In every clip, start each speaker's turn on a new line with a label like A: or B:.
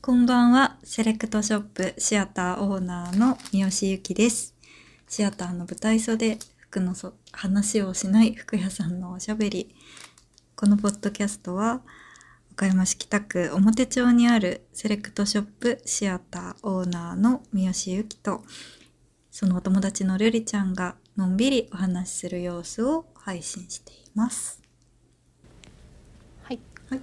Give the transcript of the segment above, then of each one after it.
A: こんばんは。セレクトショップシアターオーナーの三好ゆきです。シアターの舞台袖、服のそ話をしない服屋さんのおしゃべり。このポッドキャストは、岡山市北区表町にあるセレクトショップシアターオーナーの三好ゆきと、そのお友達のるりちゃんがのんびりお話しする様子を配信しています。
B: はい。
A: はい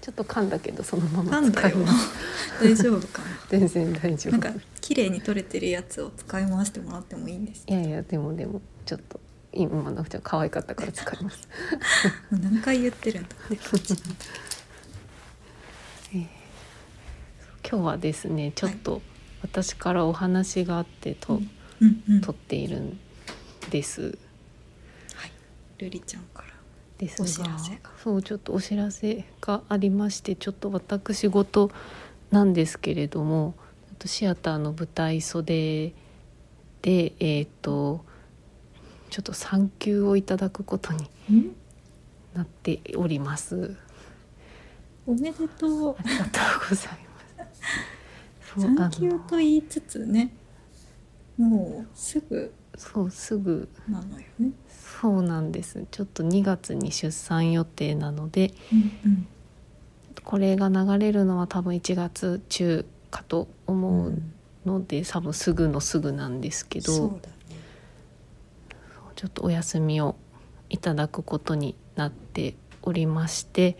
B: ちょっと噛んだけどそのま
A: な
B: ま
A: んだ
B: 使い
A: よ
B: ます。。
A: 大丈夫かな。
B: 全然大丈夫。
A: なんか綺麗に取れてるやつを使い回してもらってもいいんです
B: いやいやでもでもちょっと今のちゃん可愛かったから使い ます。
A: もう何回言ってるんだって感じなんで
B: えー今日はですねちょっと私からお話があってと、
A: うんうん
B: 撮っているんです。
A: はいルリちゃんから
B: ですが
A: お知らせが
B: そうちょっとお知らせがありましてちょっと私事なんですけれどもちょっとシアターの舞台袖でえっ、とちょっと産休をいただくことになっており ます。
A: おめでとう
B: ありがとうございます。そうあ
A: 産
B: の
A: 休と言いつつねもうすぐ
B: そうすぐ
A: なのよね
B: そうなんです。ちょっと2月に出産予定なので。
A: うん
B: これが流れるのは多分1月中かと
A: うん
B: 思うので、多分すぐのすぐなんですけど
A: そうだね
B: ちょっとお休みをいただくことになっておりまして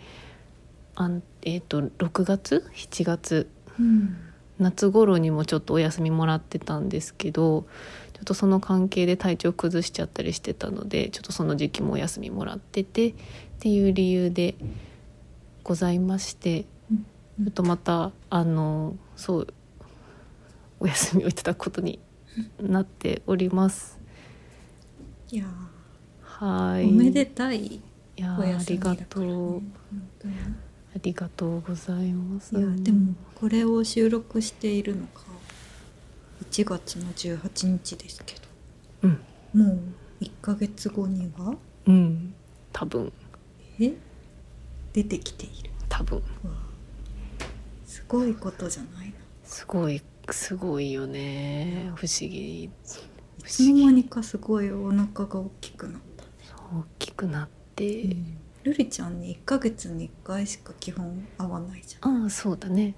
B: あんえー、と6月7月
A: うん
B: 夏頃にもちょっとお休みもらってたんですけどちょっとその関係で体調崩しちゃったりしてたのでちょっとその時期もお休みもらっててっていう理由でございまして
A: うん
B: ちょっとまたあのそうお休みをいただくことになっております。
A: いや
B: は
A: ー
B: い
A: おめでたい
B: いや
A: お
B: ーあ
A: 休
B: り
A: みだ
B: が
A: からね
B: とう
A: 本当に
B: ありがとうございます。
A: いやでもこれを収録しているのが1月の18日ですけ
B: うん
A: どもう1ヶ月後には
B: うん多分
A: え出てきている
B: 多分
A: わあすごいことじゃないの
B: すごいすごいよね不思議
A: い
B: 不
A: つの間にかすごいお腹が大きくなったね、
B: 大きくなって、
A: ルリちゃんに1ヶ月に1回しか基本会わないじゃん
B: ああそうだね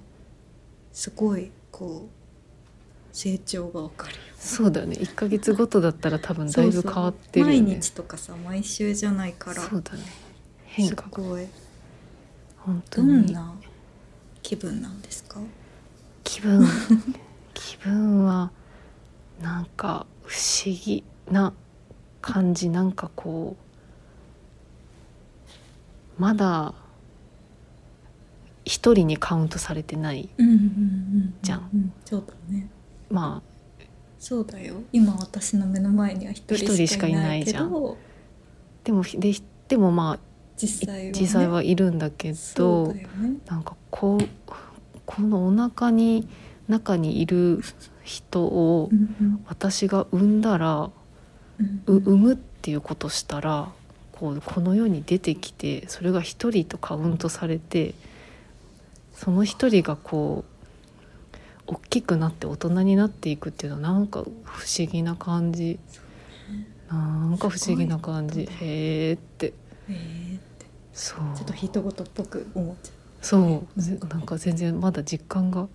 A: すごいこう成長がわかるよ
B: そうだね1ヶ月ごとだったら多分だいぶ変わってるよ
A: そうそう毎
B: ね
A: 日とかさ毎週じゃないから
B: そうだね変化
A: す
B: が
A: ごい
B: 本当
A: どん
B: に
A: な気分なんですか？
B: 気分気分はなんか不思議な感じなんかこうまだ一人にカウントされてない
A: うんうんうん
B: じゃ
A: ん。そうだね。
B: まあ
A: そうだよ。今私の目の前には一
B: 一
A: 人
B: 人
A: し
B: し
A: か
B: か
A: い
B: い
A: な
B: ないい
A: け
B: じゃん
A: ど、
B: でもででもまあ
A: 実際は、ね、
B: 実際はいるんだけ
A: そ
B: ど
A: うだよね。
B: なんかこうこのお腹に中にいる人を
A: うん
B: 私が産んだら
A: うん
B: う産むっていうことしたらこうこの世に出てきてそれが一人とカウントされてその一人がこう大きくなって大人になっていくっていうのはなんか不思議な感じなんか不思議な感
A: すご
B: じ
A: い
B: へえって
A: えーって
B: そう
A: ちょっと人事っぽく思っちゃう。
B: そうぜなんか全然まだ実感が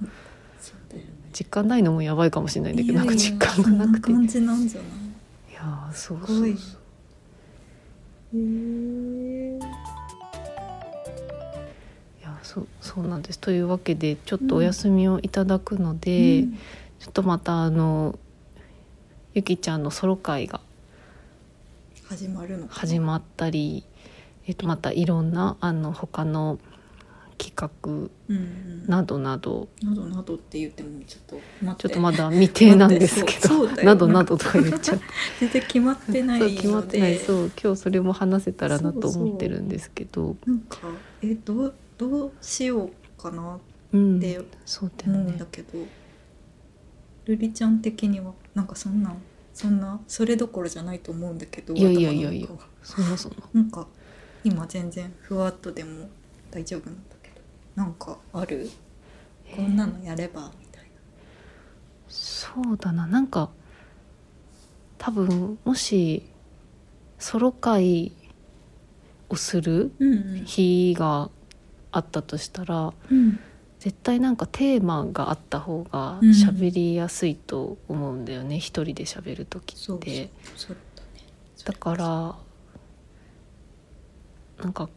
A: そうだよね。
B: 実感ないのもやばいかもしれないんだけど
A: いやいや
B: なんか実感がなくて
A: そん感
B: い
A: じなんじゃない？
B: やーそう
A: す
B: そ
A: ご
B: う
A: い
B: そ
A: へ
B: う
A: ー
B: いやそうそうなんですというわけでちょっとお休みをいただくので、
A: うん
B: ちょっとまたあのゆきちゃんのソロ会が
A: 始まるのかな。
B: 始まったり、えっと、またいろんなあの他の企
A: うんう
B: 画
A: ん。な
B: などなど
A: どなどって言ってもちょっと待って
B: ちょっとまだ未定なんですけ
A: そ
B: ど
A: うそうだよ
B: などなどとか言っちゃって
A: 全然決まってない
B: そ
A: の
B: う
A: で。
B: 決まってないそう今日それも話せたらなと
A: そうそう
B: 思ってるんですけど
A: なんかえどうどうしようかなっ
B: うん
A: て
B: そうだよ
A: 思う
B: ね
A: んだけど、ルリちゃん的にはなんかそんなんそんなそれどころじゃないと思うんだけど
B: いやいやいやいや
A: 頭の中は
B: そもそも
A: なんか今全然ふわっとでも大丈夫なんだけどなんかあるこんなのやればみたい
B: そうだななんか多分もしソロ会をする
A: な。うん
B: 日があったとしたら
A: うん。
B: 絶対なんかテーマがあった方が
A: うん
B: 喋りやすいと思うんだよね、一人で喋る時って。
A: そうそうそうだね。
B: だからなんか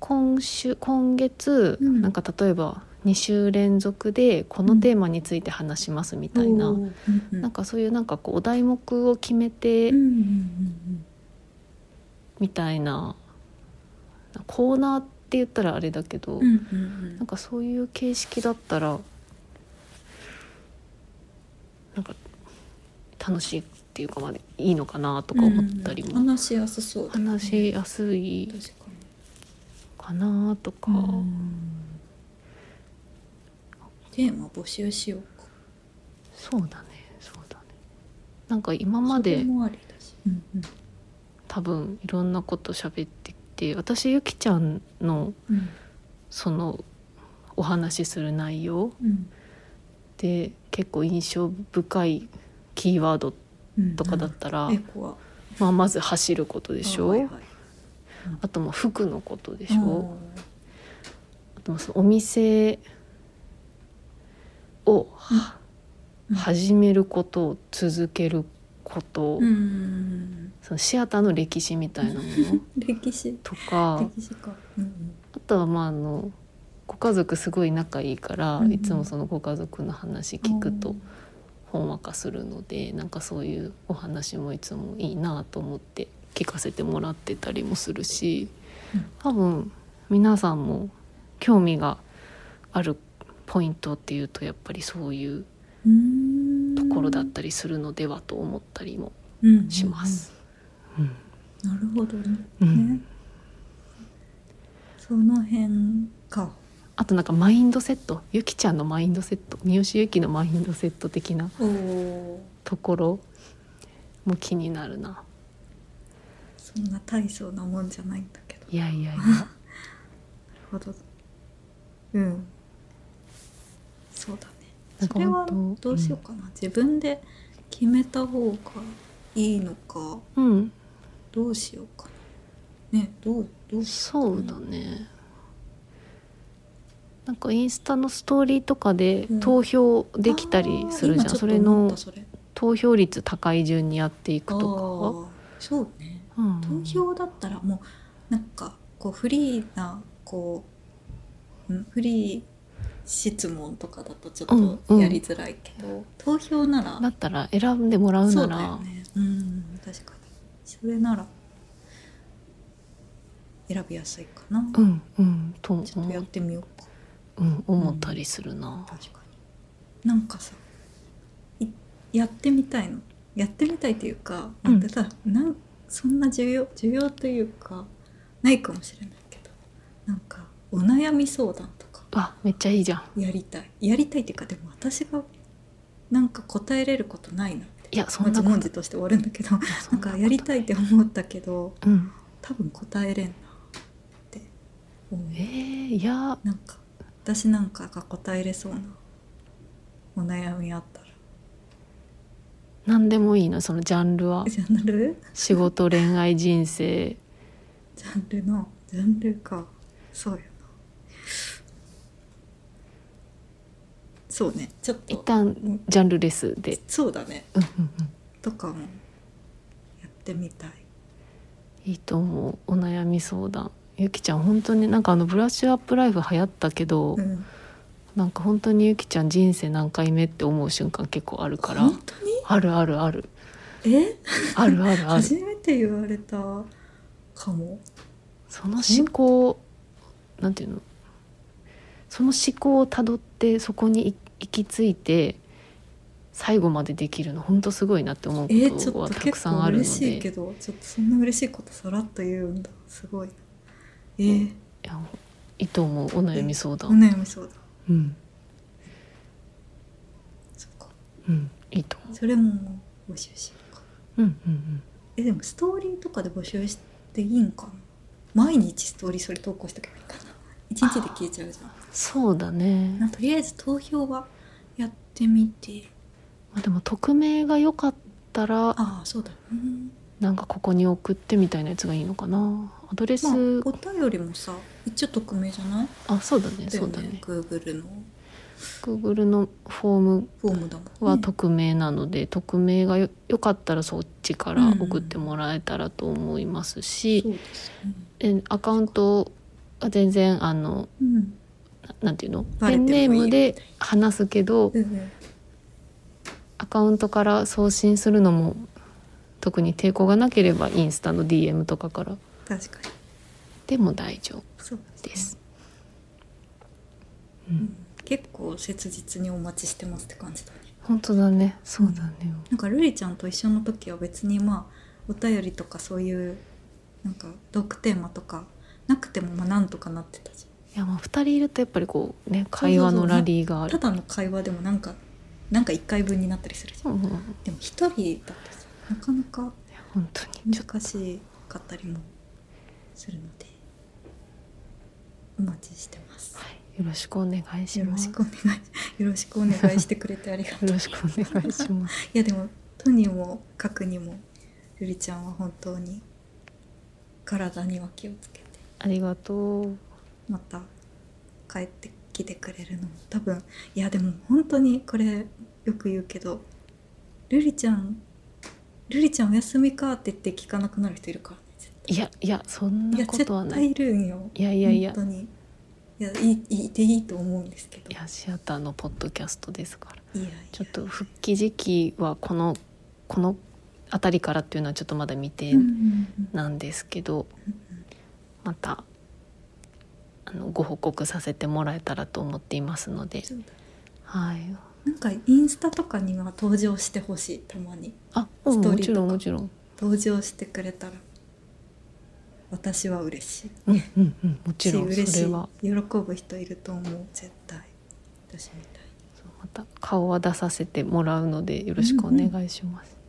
B: 今週今月、
A: うん
B: なんか例えば2週連続でこのテーマについて話しますみたいな、
A: おーうんうん
B: なんかそういうなんかこうお題目を決めて
A: うんうんうん
B: みたいな、コーナーって言ったらあれだけ
A: う
B: ど、
A: んうんうん
B: なんかそういう形式だったらなんか楽しいっていうかまあいいのかなとか思ったり
A: うん
B: も、
A: 話しやすそうだよね
B: 話しやすい
A: 確かに
B: かなとか、
A: うんテーマ募集しようか
B: そうだねそうだねなんか今ま
A: それ
B: で
A: もありだし、うんうん
B: 多分いろんなこと喋ってきて私ゆきちゃんの
A: うん
B: そのお話しする内容
A: うん
B: で結構印象深いキーワード
A: うん、
B: とかだったら、
A: エコは
B: まあ、まず走ることでしょ、
A: あはいはい
B: あとまあ服のことでしょ、
A: うん
B: あとまあそのお店をは
A: うん
B: 始めることを続けること、
A: うんうん
B: そのシアターの歴史みたいなも の
A: うん歴史
B: とか
A: 歴史か、うん
B: あとはまああのご家族すごい仲いいから、
A: うんうん
B: いつもそのご家族の話
A: うん、
B: 聞くとほんわかするのでなんかそういうお話もいつもいいなと思って聞かせてもらってたりもするし
A: うん
B: 多分皆さんも興味があるポイントっていうとやっぱりそういう
A: うん
B: ところだったりするのではと思ったりもします。うん
A: うんうんなるほどね、
B: うん
A: ねその辺か
B: あとなんかマインドセットゆきちゃんのマインドセット三好ゆきのマインドセット的な
A: おー
B: ところも気になるな。
A: そんな大層なもんじゃないんだけど
B: いやいやいや
A: なるほどうんそうだね
B: なん
A: そ
B: か
A: れは
B: 本当
A: どうしようかな、自分で決めた方がいいのか
B: うん
A: どうしようかなねどうどうし
B: そうだねなんかインスタのストーリーとかで
A: うん
B: 投票できたりするじゃん、
A: あー
B: それ
A: 今ちょっと思った
B: の
A: それ
B: 投票率高い順にやっていくと
A: ああそうね
B: か、うん、
A: 投票だったらもうなんかこうフリーなこう、うん、フリー質問とかだとちょっ
B: うんう
A: と
B: ん
A: やりづらいけど、投票なら
B: だったら選んでもらう
A: そ
B: な
A: うだよ
B: ら
A: ねうん確かにそれなら選びやすいかな、
B: うんうんと
A: ちょっとや
B: 思
A: っ
B: う、
A: てみようか
B: うん、思ったりするな、
A: 確かになんかさいやってみたいのやってみたいというか、
B: う
A: な
B: ん
A: んかさなんそんな需要需要というかないかもしれないけどなんかお悩み相談とか
B: あめっちゃいいじゃん
A: やりたいやりたいっていうかでも私がなんか答えれることないなって
B: いやそ
A: も
B: ん
A: じ
B: な
A: も
B: こ
A: じとして終わるんだけど
B: とそ
A: なん
B: んな
A: かやりたいって思ったけど
B: うん
A: 多分答えれんなって思う
B: えー、いや
A: なんか私なんかが答えれそうなお悩みあったら
B: 何でもいいのそのジャン ルは
A: ジャンル
B: 仕事恋愛人生
A: ジャンルのジャンルかそうよなそうねちょっ
B: 一
A: と
B: 旦ジャンルレスで、
A: そうだね
B: うんうんうん、
A: とかもやってみたい
B: いいと思うお悩み相談ゆきちゃん本当になんかあのブラッシュアップライフ流行ったけど、
A: うん
B: なんか本当にゆきちゃん人生何回目って思う瞬間結構あるから
A: 本当に
B: あるあるある
A: え
B: あるあるある
A: 初めて言われたかも
B: その思考なんていうのその思考をたどってそこに行行き着いて最後までできるの本当すごいなって思う
A: えー、ちょ
B: こ
A: っと
B: とはたく
A: 結
B: さん
A: 構
B: あるの
A: 嬉
B: で、
A: しいけ
B: い
A: どちょっとそんな嬉しいことさらっと言うんだすごいえー、
B: やいいと思うお悩み相
A: お
B: 談、
A: 悩みそうだ
B: うん
A: そっか
B: うんいいと思
A: それも募集しようか
B: ううんうんうん
A: えでもストーリーとかで募集していいんかな毎日ストーリーそれ投稿しとけばいいかな一日で消えちゃうじゃん
B: そうだね
A: なとりあえず投票はやってみて
B: まあでも匿名が良かったら
A: ああそうだ、うん
B: なんかここに送ってみたいなやつがいいのかなアドレス、
A: まあお便りもさ一応匿名じゃない
B: あそうだねそうだね
A: Google の
B: Google のフォーム
A: フォームだもん
B: は匿名なので、匿名がよよかったらそっちから送ってもらえたらと思います
A: そう
B: し、
A: ですね
B: えアカウントは全然あの
A: うん
B: ななんていうの
A: バレ
B: ペ
A: て
B: ン
A: もいい
B: ネームで話すけど
A: うん
B: アカウントから送信するのも特に抵抗がなければインスタの DM とかから
A: 確かに
B: でも大丈
A: そう
B: 夫です。
A: 結構切実にお待ちしてますって感じだね
B: 本当だねそうだね、
A: なんかルリちゃんと一緒の時は別にまあお便りとかそういうなんかトークテーマとかなくてもまあなんとかなってたじ
B: いやまあ2人いるとやっぱりこうね会話のラリーが
A: ゃ
B: あ
A: んた
B: る
A: だの会話でもなんかなんか1回分になったりするじゃん
B: うんうんい
A: でも一人だとさなかなか
B: や本当にちょっ
A: 難しかったりもするのでお待ちしてます
B: と、はい、よろしくお願いし
A: よろ
B: ます
A: しくお願いよろしくお願いしてくれてありがとう
B: よろしくお願いします。
A: いやでもとにもかくにもルリちゃんは本当に体には気をつけて
B: ありがとう。
A: また帰ってきてくれるのも多分いやでも本当にこれよく言うけどルリちゃんルリちゃんお休みかって言って聞かなくなる人いるからね絶
B: いやいやそん
A: 対い
B: な
A: や
B: ことは
A: 絶
B: ない。
A: 対
B: い
A: いるんよ
B: やいやいや
A: 本当にいやいいいいでいいと思うんですけど
B: いやシアターのポッドキャストですから。
A: いやいや
B: ちょっと復帰時期はこのこの辺りからっていうのはちょっとまだ未定なんですけど、またあのご報告させてもらえたらと思っていますので、
A: そうだ
B: はい。
A: なんかインスタとかには登場してほしいたまに
B: あ、うん、
A: ストー
B: も
A: リー
B: ち
A: とか
B: ろんもちろん。
A: 登場してくれたら私は 嬉しい
B: うんうんうんもちろん
A: 嬉し
B: そ
A: い
B: れは
A: 喜ぶ人いると思う絶対私みたいに
B: そうまた顔は出させてもらうのでよろしくお願いします。